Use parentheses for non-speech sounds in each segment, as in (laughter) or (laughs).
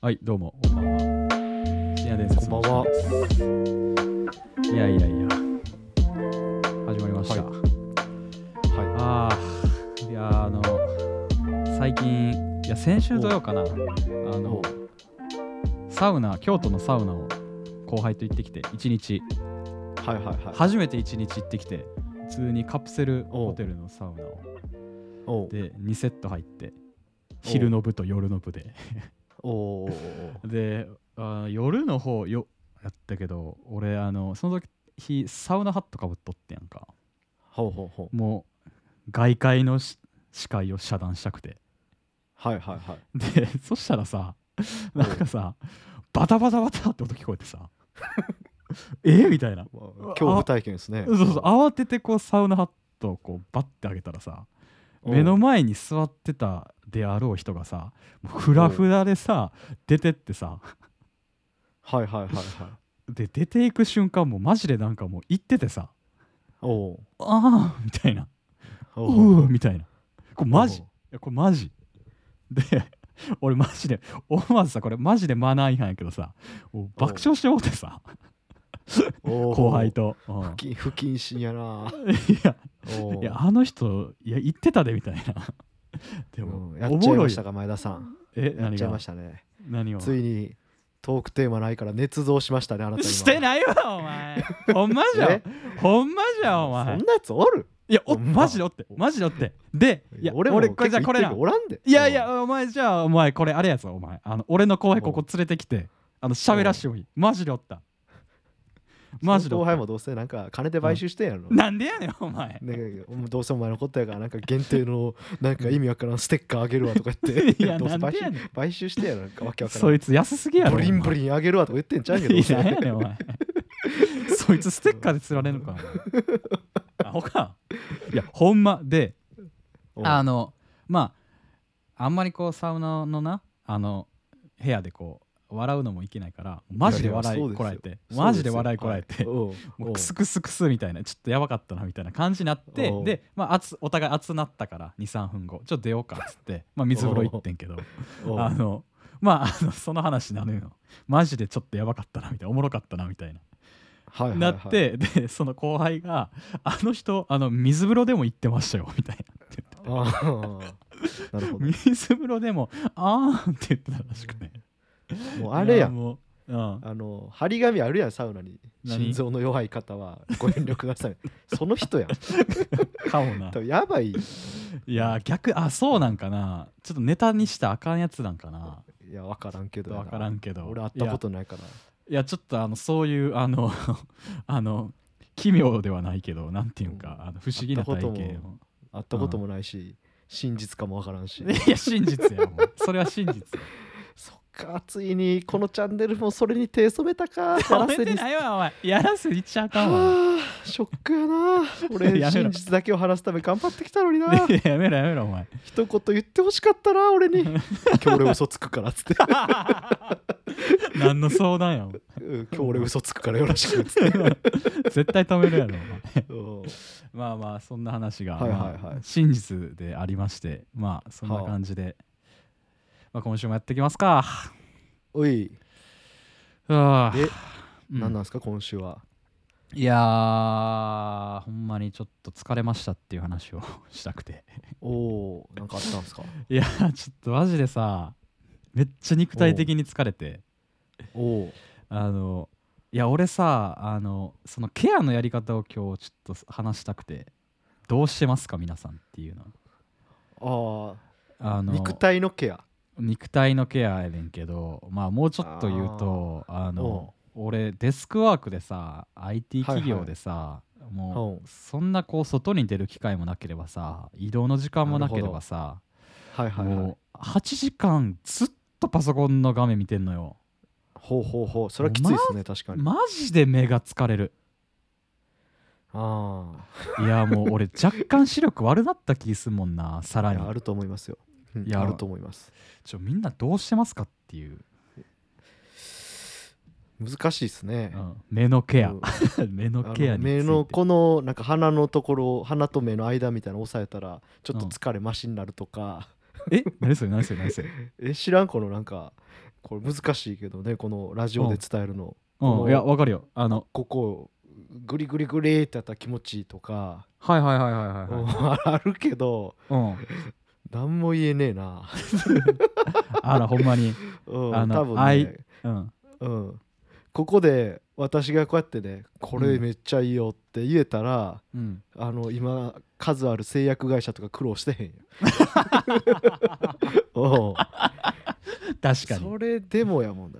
はい、どうも、こんばんは。深夜伝説のこんばんは時間です。いやいやいや。始まりました。はあはあ、いやー、あの、最近、いや、先週土曜かな、あのお、サウナ、京都のサウナを後輩と行ってきて、一日、いはいはいはい。初めて一日行ってきて、普通にカプセルホテルのサウナを、おうで、2セット入って、昼の部と夜の部で。おうおうおうであー夜の方よやったけど俺あのその時日サウナハットかぶっとってやんかほうほうほう。もう外界のし視界を遮断したくてはいはいはい。でそしたらさなんかさバタバタバタって音聞こえてさ (laughs) えみたいなまあ恐怖体験ですね。そうそう慌ててこうサウナハットをこうバッて上げたらさおう目の前に座ってたであろう人がさもうフラフラでさ出てってさはいはいは (laughs) いはい。で出ていく瞬間もマジでなんかもう行っててさおうああみたいなおううーみたいなこれマジいやこれマジで (laughs) 俺マジで思わずさこれマジでマナー違反やけどさもう爆笑してもうてさおう後輩。とうん不謹不謹慎やな。いやお (laughs) ういやあの人いや言ってたでみたいな (laughs) でもうんやおっちもゃいろまいしたか前田さん。えやっ何ちゃいまがしたね。何をついにトークテーマないから捏造しましたねあなた今。してないわお (laughs) 前ほんまじゃえほんまじゃおそ前んなやつおる。いやおほんまマジでおってマジでおってでいや俺もこれじゃあ結こ構れ言なってるけどおらんで。いやいや、お前じゃあ、お前これあれやぞ、お前。あの俺の後輩ここ連れてきて、あの喋らしてもいい。マジでおった。うん。マジでそおのっ後輩た。もどうせなんか金で買収してんやろ。なんでやねん、お前。ね、どうせお前のことやからなんか限定のなんか意味わからんステッカーあげるわとか言って (laughs) (laughs) いやどうせ買収なんでやねん買収してやろなんかわけわからそんいつ安すぎやろ。ブリンブリンあげるわとか言ってんちゃうけどいやなんやねん、 (laughs) お前。そいつステッカーで釣られんのか。お前アホか。いや、ほんま。で、おうあのまああんまりこうサウナのなあの部屋でこう笑うのもいけないからマジで笑いやいやそういですよこらえてそうマですジでよ笑いこらえて、はいおうもうおうクスクスクスみたいなちょっとやばかったなみたいな感じになっておうで、まあ、熱お互い熱なったから23分後ちょっと出ようかっつっ (laughs) て、まあ、水風呂行ってんけどおうあのまああのその話なのよマジでちょっとやばかったなみたいなおもろかったなみたいなはいはいはいなってでその後輩が「あの人あの水風呂でも行ってましたよ」みたいなって言ってああなるほど水風呂でも「あーん」って言ってたらしくねもうあれいやもう、 (laughs) うん、あの張り紙あるやんサウナに何心臓の弱い方はご遠慮くださ (laughs) いその人やんかも (laughs) な多分やばいいや逆あそうなんかなちょっとネタにしたらあかんやつなんかないやわからんけどやなわからんけど俺会ったことないからいやちょっとあのそういうあの (laughs) あの奇妙ではないけどなんていうか、あの不思議な体会った験こを会ったこともないし真実かもわからんしいや真実 (laughs) やもうそれは真実やそっか、ついにこのチャンネルもそれに手染め (laughs) たか。ややらめせてに。ないわお前やらせにっちゃあかん (laughs) わはあ、ショックやな。俺、 (laughs) やめろ真実だけを話すため頑張ってきたのにな。いややめろやめろお前一言言ってほしかったな、(laughs) 俺に。今日俺嘘つくからっ (laughs) つって。何の相談やお前うん今日俺嘘つくからよろしくっつって。絶対止めるやろお前 (laughs) うんまあまあそんな話が、はいはいはいまあ真実でありましてまあそんな感じで、まあ、今週もやっていきますか。おい、あで、うん何なんですか、今週は。いやーほんまにちょっと疲れましたっていう話をしたくて (laughs) おお、なんかあったんですか。いやーちょっとマジでさめっちゃ肉体的に疲れておお、あのいや俺さあのそのケアのやり方を今日ちょっと話したくてどうしてますか皆さんっていうのあああ、の肉体のケア。肉体のケアやねんけどまあもうちょっと言うとあの俺デスクワークでさ IT はいはい企業でさ、もうんうそんなこう外に出る機会もなければさ移動の時間もなければさはいはいはいも。う8時間ずっとパソコンの画面見てんのよほうほうほう、それはきついですね、確かに。マジで目が疲れるあいやもう俺若干視力悪なった気すんもんなさあ、らいにやあると思いますよ。うんいやあると思いますちょみんなどうしてますかっていう、難しいですね、うん目のケアうん (laughs) 目のあのケアについて目のこのなんか鼻のところ鼻と目の間みたいなの押さえたらちょっと疲れマシになるとか、 (laughs) え何それ何それ何それえ知らんこのなんかこれ難しいけどねこのラジオで伝えるの、うんいやわかるよあのここをグリグリグリってやったら気持ちいいとか、はいはいはいはいはいはい、 (laughs) あるけどうん、何も言えねえな、あらほんまに、うん、あの多分あいね、うん、うん、ここで私がこうやってねこれめっちゃいいよって言えたら、 (laughs) うん、あの今数ある製薬会社とか苦労してへん (laughs) よ。おう確かにそれでもやもん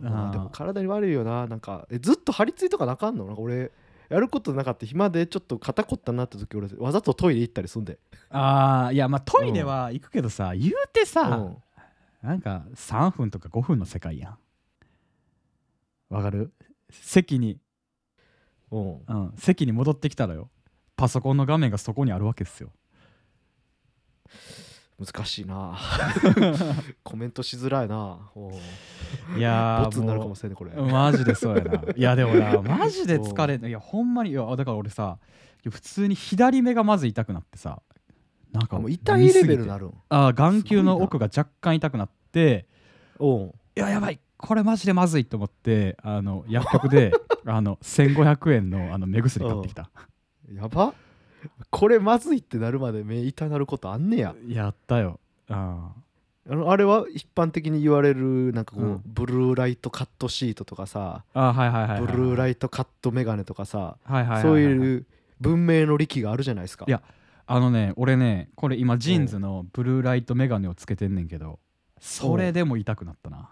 な、まあでも体に悪いよななんかえずっと張り付いとかなかんのなんか俺やることなかった暇でちょっと肩こったなって時俺わざとトイレ行ったりすんで、ああいやまあトイレは行くけどさ、言うてうさ、ん、なんか3分とか5分の世界やんわかる席に、うん、うん、席に戻ってきたらよパソコンの画面がそこにあるわけですよ難し (laughs) いなコメントしづらいなおういやー (laughs) ボツになるかももしれんねこれ、うマジでそうやないやでも (laughs) なマジで疲れんいやほんまにいやだから俺さ普通に左目がまず痛くなってさなんかもう痛い飲レベルみすぎにてなるんあー眼球の奥が若干痛くなっておういややばいこれマジでまずいと思ってあの薬局 (laughs) であの1500円のあの目薬買ってきたやばこれまずいってなるまで目痛なることあんねややったよああのあれは一般的に言われるなんかこう、うんブルーライトカットシートとかさーあーはいはいはいはいブルーイライトカットメガネとかさトはいはいはいはいそういう文明の力があるじゃないですかいやあのね俺ねこれ今ジーンズのブルーライトメガネをつけてんねんけどそれでも痛くなったな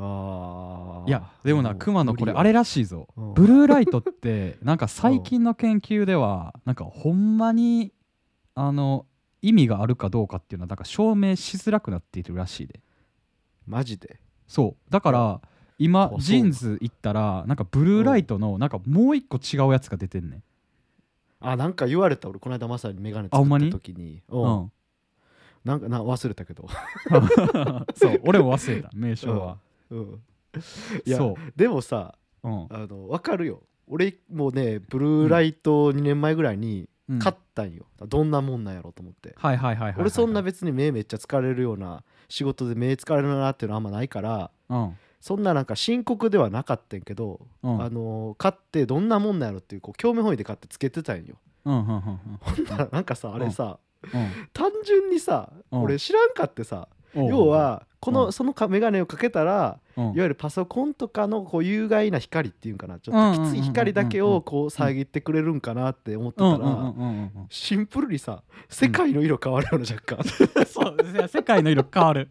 あーいやでもなうクマのこれ無理やあれらしいぞうんブルーライトってなんか最近の研究ではなんかほんまにあの意味があるかどうかっていうのはなんか証明しづらくなっているらしいでマジでそうだから今そうジーンズ行ったらなんかブルーライトのなんかもう一個違うやつが出てんねんあなんか言われた俺この間まさにメガネあほん作まっにた時にううんんなんかな忘れたけど、 (laughs) そう俺も忘れた名称はうん、いやそでもさううんあの分かるよ俺もねブルーライト2年前ぐらいにうん買ったんよ、どんなもんなんやろうと思って、はいはいはいはいはい俺そんな別に目めっちゃ疲れるような仕事で目疲れるなっていうのはあんまないからうんそんななんか深刻ではなかったんやけど、うんあの買ってどんなもんなんやろっていうこう興味本位で買ってつけてたんようんうんうんうんほんな (laughs) らなんかさあれさ、うん単純にさ、うん俺知らんかってさ、おう要はこの、うんそのか眼鏡をかけたら、うんいわゆるパソコンとかのこう有害な光っていうんかなちょっときつい光だけをこう遮ってくれるんかなって思ってたうんら、うんうんうんうんシンプルにさ世界の色変わるような若干、 (laughs) そういや世界の色変わる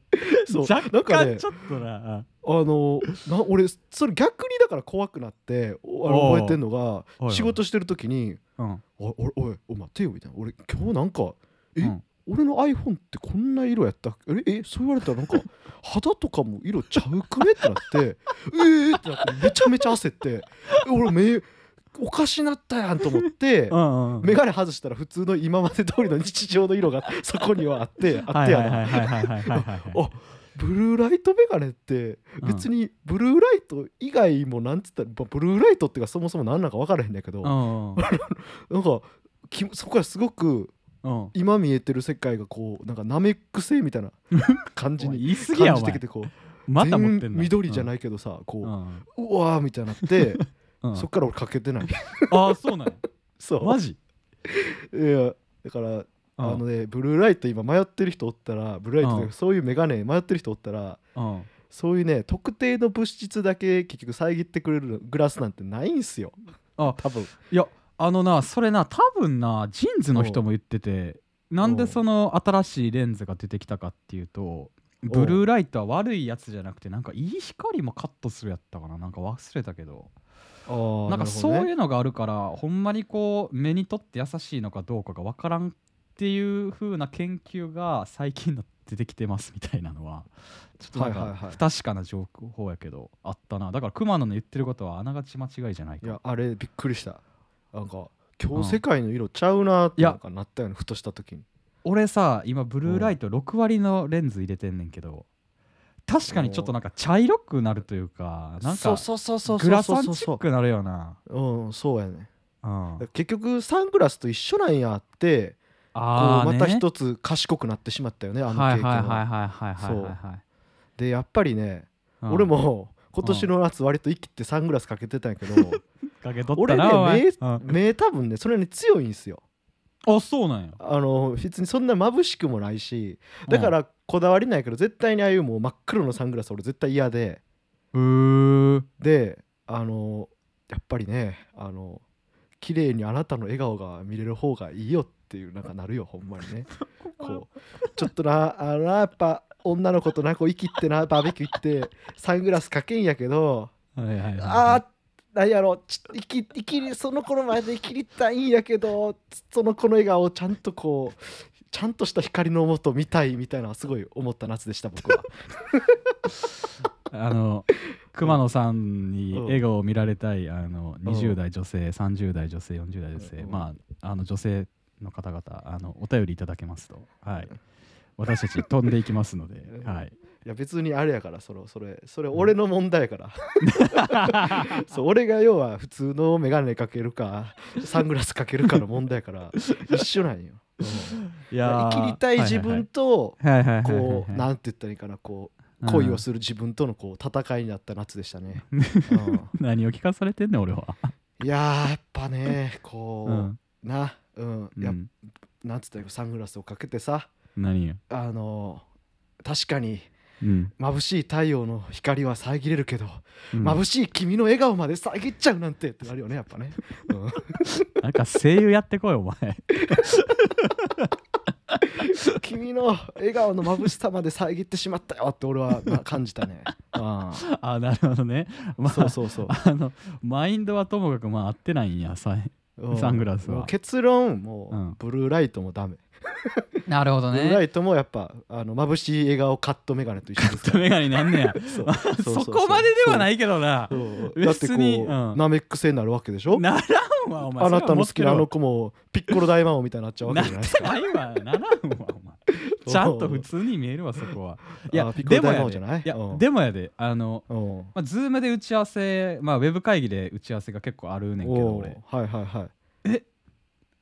そう若なんか干ねちょっとなあのな俺それ逆にだから怖くなっておあおうの覚えてんのがいはい仕事してる時にうん「おいおいおいおい待てよ」みたいな「俺今日なんかえ、うん俺の iPhone ってこんな色やったっけええそう言われた (laughs) らなんか肌とかも色ちゃうくねってなって (laughs) 「ええってなってめちゃめちゃ焦ってえ俺目おかしなったやんと思って。うんうん眼鏡外したら普通の今まで通りの日常の色がそこにはあってあっはいてはやいなはいはいはいはいはいはいあブルーライトメガネってうん別にブルーライト以外もなんつったらまあブルーライトっていうかそもそも何なんか分からへんねんけどうなんんかきそこからすごくうん今見えてる世界がこうなんかナメック星みたい (laughs) な感じお前に言い過ぎや感おじて前きてこうまた持ってん全な緑じゃいないけどさこううんうわーみたいになってうんうんそっから俺かけて (laughs) ないああそうなんやそうマジいやだからうあのんねブルーライト今迷ってる人おったらブルーライトといううんかそういうメガネ迷ってる人おったらうんそういうね特定の物質だけ結局遮ってくれるグラスなんてないんすよあ多分いやあのなそれな多分なジーンズの人も言っててなんでその新しいレンズが出てきたかっていうとんブルーライトは悪いやつじゃなくてなんかいい光もカットするやったかななんか忘れたけどあなんかそういううのがあるからほんまにこう目にとって優しいのかどうかが分からんっていう風な研究が最近の出てきてますみたいなのはちょっとなんはいかはいはい不確かな情報やけどあったなだから熊野の言ってることはあながち間違いじゃないいかやあれびっくりしたなんか今日世界の色ちゃうなーっていやなんかなったよねふとした時に俺さ今ブルーライト6割のレンズ入れてんねんけど確かにちょっとなんか茶色くなるというかなんそうかそうそうそうグそうラそサンうチックなるよなうんそうやねうん結局サングラスと一緒なんやってこうあーまねた一つ賢くなってしまったよねあのはい経験はいは,、はいはいはいはいはいはいでやっぱりね、うん俺も今年の夏割と生きてサングラスかけてたんやけどかけとった俺ねなお前目うん (laughs) 目多分ねそれに強いんですよあそうなんやあの別にそんな眩しくもないしだからこだわりないけど絶対にああいうもう真っ黒のサングラス俺絶対嫌でうんうーであのやっぱりねあの綺麗にあなたの笑顔が見れる方がいいよっていうなんかなるよほんまにねこうちょっとなあのなやっぱ女の子となこう息ってなバーベキュー行ってサングラスかけんやけどはいはいはいはいあーなんやろちょっと生き生きりその子の前で生きりたいんやけどつその子の笑顔をちゃんとこうちゃんとした光のもと見たいみたいなのはすごい思った夏でした僕はあの熊野さんにうん笑顔を見られたいあのん20代女性30代女性40代女性うんまああの女性の方々あのお便りいただけますとはい私たち飛んでいきますのでうん (laughs) はいいや別にあれやからそれそれそれ俺の問題やからそう俺が要は普通の眼鏡かける (laughs) かサングラスかけるかの問題やから一緒なんよ、うんい生きりたい自分とはいはいはいはいはいはいこうはいなんて言ったらいいかなこううん恋をする自分とのこう戦いになった夏でしたね、うん何を聞かされてんねん俺は、いやーやっぱねこう、うんな、うんうやっん、なんつったらいいかサングラスをかけてさ何よあのー確かにうん眩しい太陽の光は遮れるけど、うん眩しい君の笑顔まで遮っちゃうなんてってなるよねやっぱね、うんなんか声優やってこいお前 (laughs) (laughs) 君の笑顔の眩しさまで遮ってしまったよって俺はな感じた (laughs) ねああなるほどねまあそうそうそうあのマインドはともかくまあ合ってないんやさいう (laughs) んサングラスはもう結論もう、うんブルーライトもダメ、なるほどブルーライトもやっぱあの眩しい笑顔カット眼鏡と一緒ですからメガネなんねや (laughs) そうそうううこまでではいないけどなそう別にだってこう、うんナメック星になるわけでしょならんわお前あなたの好きなあの子子もピッコロ大魔王みたいになっちゃうわなっけじゃないですて (laughs) か。ないわならんわお前ちゃんと普通に見えるわそこはいやあピッコでロも大魔や王でじゃないいやうんでもやであのうん。まあ、ズームで打ち合わせ、まあ、ウェブ会議で打ち合わせが結構あるねんけどお俺ーはいはいはい。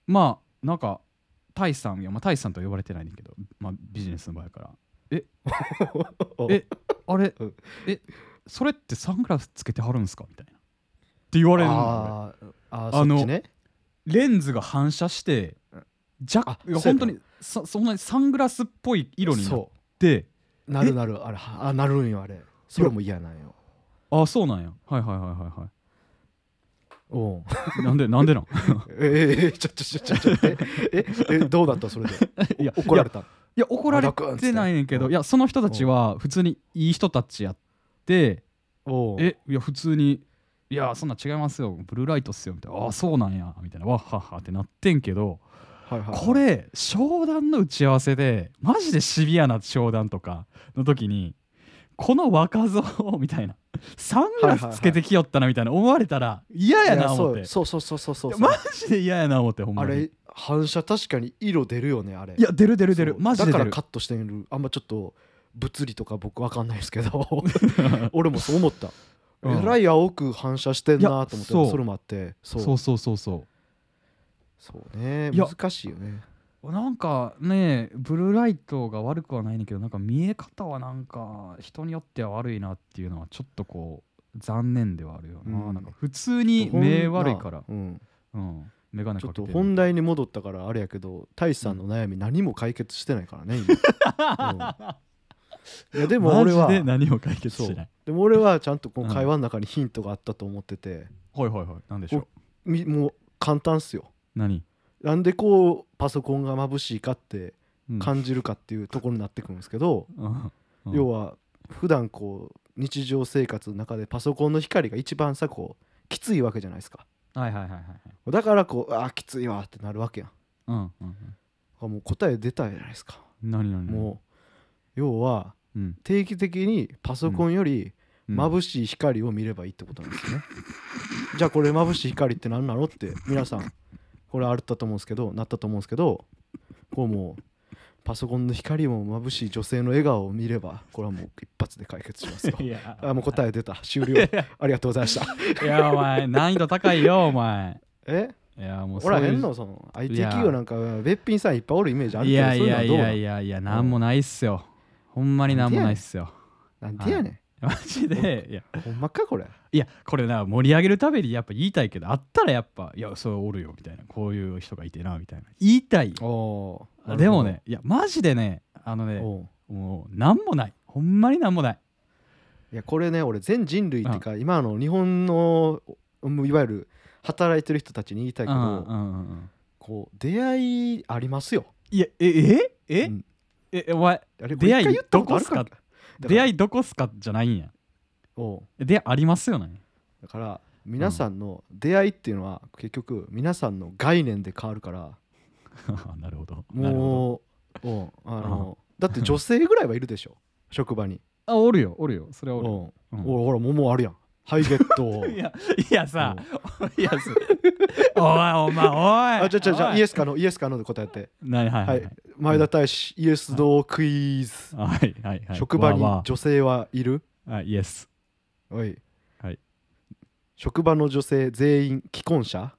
まあなんかタイさんいやまあタイさんとは呼ばれてないねんけど、まあ、ビジネスの場合やから (laughs) えあれうんえそれってサングラスつけてはるんすかみたいなって言われるのあーあーあそのっちね。俺レンズが反射してあ若いやそうや本な当にそそんなにサングラスっぽい色になっそてう。なるなるあれあなるんよあれ。それも嫌なんよ。ああそうなんやはいはいはいはいはおう (laughs) いなんでなんでなんええちょちょちょちょちょえええどうだったそれいでやお怒られた。いや怒られてないねんけどいやその人たちは普通にいい人たちやっておうえいや普通に「いやそんなん違いますよブルーライトっすよ」みたいな「ああそうなんや」みたいな「わっはっは」ってなってんけどはいはいはいこれ商談の打ち合わせでマジでシビアな商談とかの時にこの若造みた (laughs) いなサングラスつけてきよったなみたいな思われたら嫌やいなや思そってうそうそうそうそうそう。いやマジで嫌やな思ってほんあまにれ反射確かに色出るよねあれ。いや出る出る出るそうマジで出だからるカットしてるあんまちょっと物理とか僕わかんないですけど (laughs) 俺もそう思った、うんえらい青く反射してんいなやと思ってそうそれもあってそうそうそうそうそうそうねいや難しいよねなんかねブルーライトが悪くはないねんだけどなんか見え方はなんか人によっては悪いなっていうのはちょっとこう残念ではあるよな,、うんなんか普通にほん目悪いからな、うん、うん、眼鏡ちょかっけとて本題に戻ったからあれやけど太一さんの悩み何も解決してないからね今、うんいやででも俺はマジで何も解決そしうないでも俺はちゃんとこうのん会話の中にヒントがあったと思ってて、はいはいはい何でしょうみもう簡単っすよ何、なんでこうパソコンが眩しいかってうん感じるかっていうところになってくるんですけど、うんうん要は普段こう日常生活の中でパソコンの光が一番さこうきついわけじゃないですかはいはいはいはいはいだからこうあーきついわってなるわけやんうんうんうんもう答え出たじゃないですか、何何もう要はう、うん定期的にパソコンよりうん、眩しい光を見ればいいってことなんですよね、じゃあこれ眩しい光って何なのって皆さんこれあったと思うんですけどなったと思うんですけどこうもうパソコンの光も眩しい女性の笑顔を見ればこれはもう一発で解決します (laughs) よいやあもう答え出た終了ありがとうございましたいやお前難易度高いよお前えいやもうおらへんのその IT いや企業なんかべっぴんさんいっぱいおるイメージあるいけどやそういいうのやはいどうなやのいやいやなんもないっすよほんまになんもないっすよなんでやねマジでいやんほんまかこれいやこれな盛り上げるためにやっぱ言いたいけどあったらやっぱいやそうおるよみたいなこういう人がいてなみたいな言いたいよおーでもねいやマジでねあのねおうもうなんもないほんまになんもないいやこれね俺全人類っていうか、今の日本のもういわゆる働いてる人たちに言いたいけど、うんうんうんうんこう出会いありますよいやえええ、うんえお前あれ出会いこれ一回言ったことあるどかこっす出会いいどこっすかじゃないんやおうでありますよね (laughs) だから皆さんの出会いっていうのは結局皆さんの概念で変わるからなるほどなるほどもうおうあのだって女性ぐらいはいるでしょ職場にあおるよおるよそれはおる、おううんおうほら桃あるやんハイゲット (laughs) いやいやさおう (laughs) いやすおいお前おいあじゃあじゃあじゃおあいイエスかのイエスかので答えてないはいははいい前田大使イエスドクイズはいはいはい職場にわあわ女性はいるあはいイエスおい、はい職場の女性全員既婚者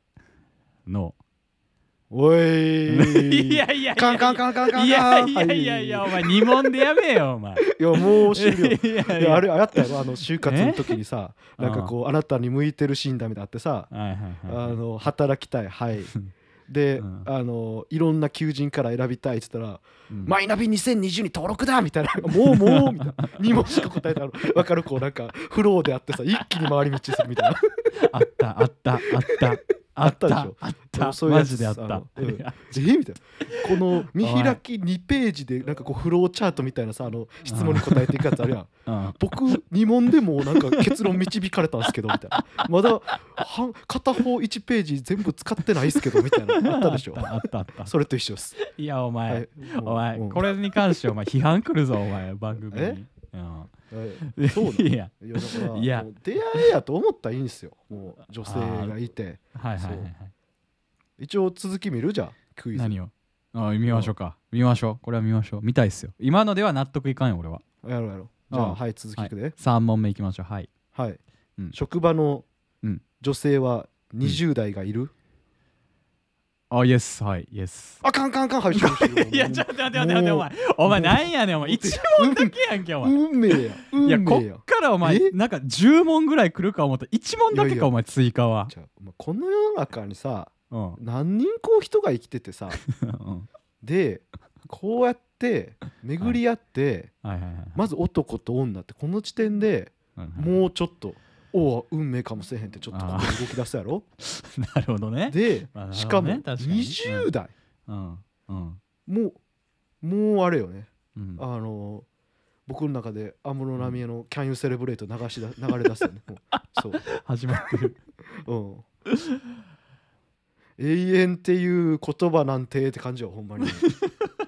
のおいいや (laughs) いやいやカンカンカンカンカンカンいやいやいやいやはお前二問でやめよ (laughs) お前いやもう終了い (laughs) いやいややあれあったよあの就活の時にさえなんかこうあなたに向いてるシーンだみたいなのあってさはいはいあはいはいの働きたいはいで、うんあのいろんな求人から選びたいって言ったら、うんマイナビ2020に登録だみたいなもうもうみたいな2問しか答えたの分かるこうなんかフローであってさ一気に回り道するみたいなあったあったあったあったあったでしょあったそういうマやつジであったあの (laughs) うんいやえみたいなこの見開き2ペ (laughs) ージでなんかこうフローチャートみたいなさあの質問に答えていくやつあ (laughs) るやんうん僕2問でもうなんか結論導かれたんですけどみたいなまだ半片方1ページ全部使ってないですけどみたいなあった (laughs) でしょあったあったあったそれと一緒ですいやお前、はいお前これれに関してお前批判来るぞお前番組にうんそうなの (laughs) いやいやだからいやもう出会いやと思ったらいいんですよもう女性がいてはいはいはいはい一応続き見るじゃんクイズ何をあ見ましょうか見ましょうこれは見ましょう見たいっすよ今のでは納得いかんよ俺はやろうやろうじゃうんあはい続きいくで3問目いきましょうはいはいうん職場のうん女性は20代がいるあイエスはいイエスあかんかんかんはい終了終了 (laughs) いやちょっと待って待って待ってお前お前なんやねんお前1問だけやんけお前運命やい運命ややこっからお前えなんか10問ぐらい来るか思った1問だいけやいやかお前追加はじゃあお前この世の中にさうん何人こう人が生きててさうんでこうやって巡り合って、はいはいはいまず男と女ってこの時点でうんはいもうちょっと「おお運命かもしれへん」ってちょっとここで動き出すやろなるほどねで (laughs) まあしかもなるほどね確かに20代うんうんもうもうあれよねうんあのー僕の中で安室奈美恵の「Can You Celebrate」流しだ流れ出す (laughs) よねもうそう始まってるうん、永遠っていう言葉なんてって感じよほ (laughs) んまに、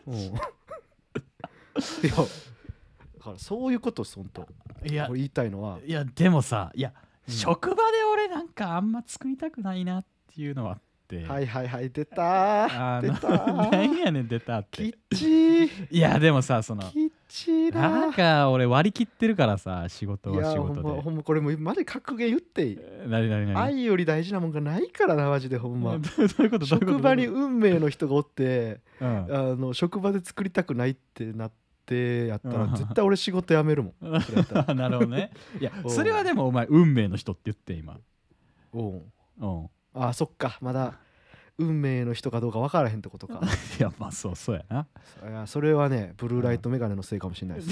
うん、いやだからそういうことですほんとこ (laughs) いれや言いたいのはいやでもさいや、うん職場で俺なんかあんま作りたくないなっていうのはあってはいいはいはい出たあー出のた (laughs) なんーやねん出たっキてッチーいやでもさそのキッチーななんか俺割り切ってるからさ仕事いやは仕ほん事までほんまこれもうマジ格言言っていいえー何何何愛より大事なもんがないからなマジでほんま (laughs) どういうことどういうこと職場にうん運命の人がおってうんあの職場で作りたくないってなってやったうらん絶対俺仕事辞めるもん。それやったら (laughs) なるほどねいや (laughs) おうそれはでもお前運命の人って言って今おう (laughs) うんあそっかまだ運命の人かどうか分からへんってことかいやまあそうそうやないやそれはねブルーライトメガネのせいかもしれないで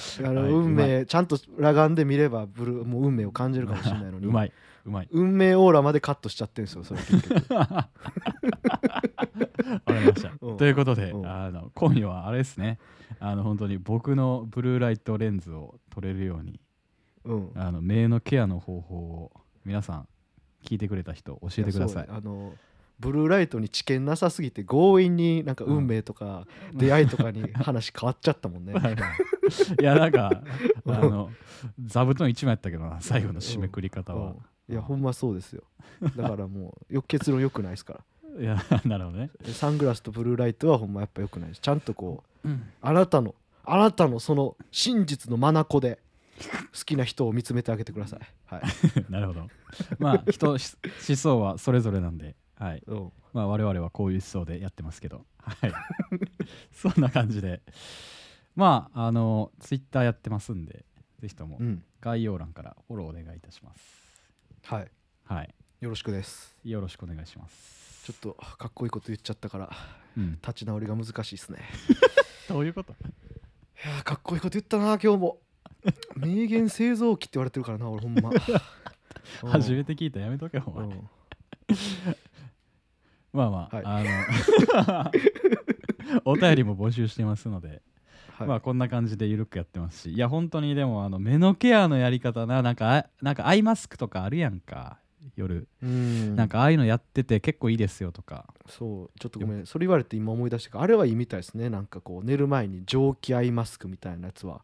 す (laughs) あの、はい運う命ちゃんと裸眼で見ればブルーもう運命を感じるかもしれないの (laughs) にうまいう (laughs) まい運命オーラまでカットしちゃってるんですよそれ結 (laughs) 局わかりましたうんということで、うんあの今夜はあれですねあの本当に僕のブルーライトレンズを取れるようにうんあの目のケアの方法を皆さん聞いてくれた人教えてくださいやそうあのブルーライトに知見なさすぎて強引になんか運命とか出会いとかに話変わっちゃっ (laughs) たもんねいやなんか (laughs) うんあの座布団一枚やったけどな最後の締めくり方は、うんいやほんまそうですよだからもうよ結論良くないですからいや (laughs) なるほどね、でサングラスとブルーライトはほんまやっぱ良くないですちゃんとこううん、あなたのあなたのその真実の眼で好きな人を見つめてあげてくださいはい、なるほどまあ人し (laughs) 思想はそれぞれなんではい (laughs) うん、まあ我々はこういう思想でやってますけど、はい、 (laughs) そんな感じでまああのツイッターやってますんでぜひともうん、概要欄からフォローお願いいたしますはいはいよろしくですよろしくお願いしますちょっとかっこいいこと言っちゃったからうん、立ち直りが難しいですねどういう (laughs) こといやーかっこいいこと言ったな今日も名言製造機って言われてるからな俺ほ (laughs) んまうん初めて聞いたやめとけお前、うんまあまあ、はあの (laughs) お便りも募集してますので、はいまあこんな感じでゆるくやってますしいや本当にでもあの目のケアのやり方ななんかあなんかアイマスクとかあるやんか夜、うんなんかああいうのやってて結構いいですよとかそうちょっとごめんそれ言われて今思い出したけどあれはいいみたいですねなんかこう寝る前に蒸気アイマスクみたいなやつは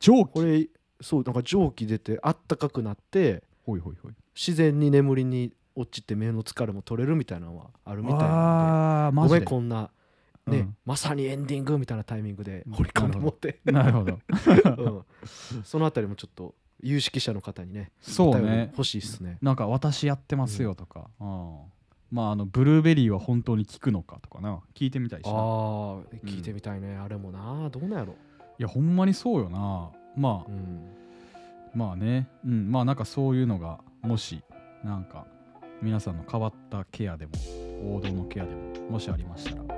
蒸これそうなんか蒸気出てあったかくなってほいほいほい自然に眠りに落ちて目の疲れも取れるみたいなのはあるみたいなんでああマごジめでんこんなね、まさにエンディングみたいなタイミングで掘り込んで持ってうん、なるほどうんそのあたりもちょっと有識者の方にね (laughs) そうお便りね欲しいっすねなんか私やってますよとか、うんまああのブルーベリーは本当に効くのかとかな聞いてみたいしああな聞いてみたいね、あれもなどうなんやろ、いやほんまにそうよなまあうん、まあねうんまあなんかそういうのがもしなんか皆さんの変わったケアでも王道のケアでももしありましたら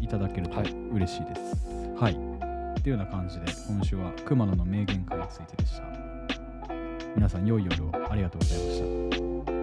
いただけるとはい嬉しいですはい、っていうような感じで今週は熊野の名言会についてでした皆さん良い夜をありがとうございました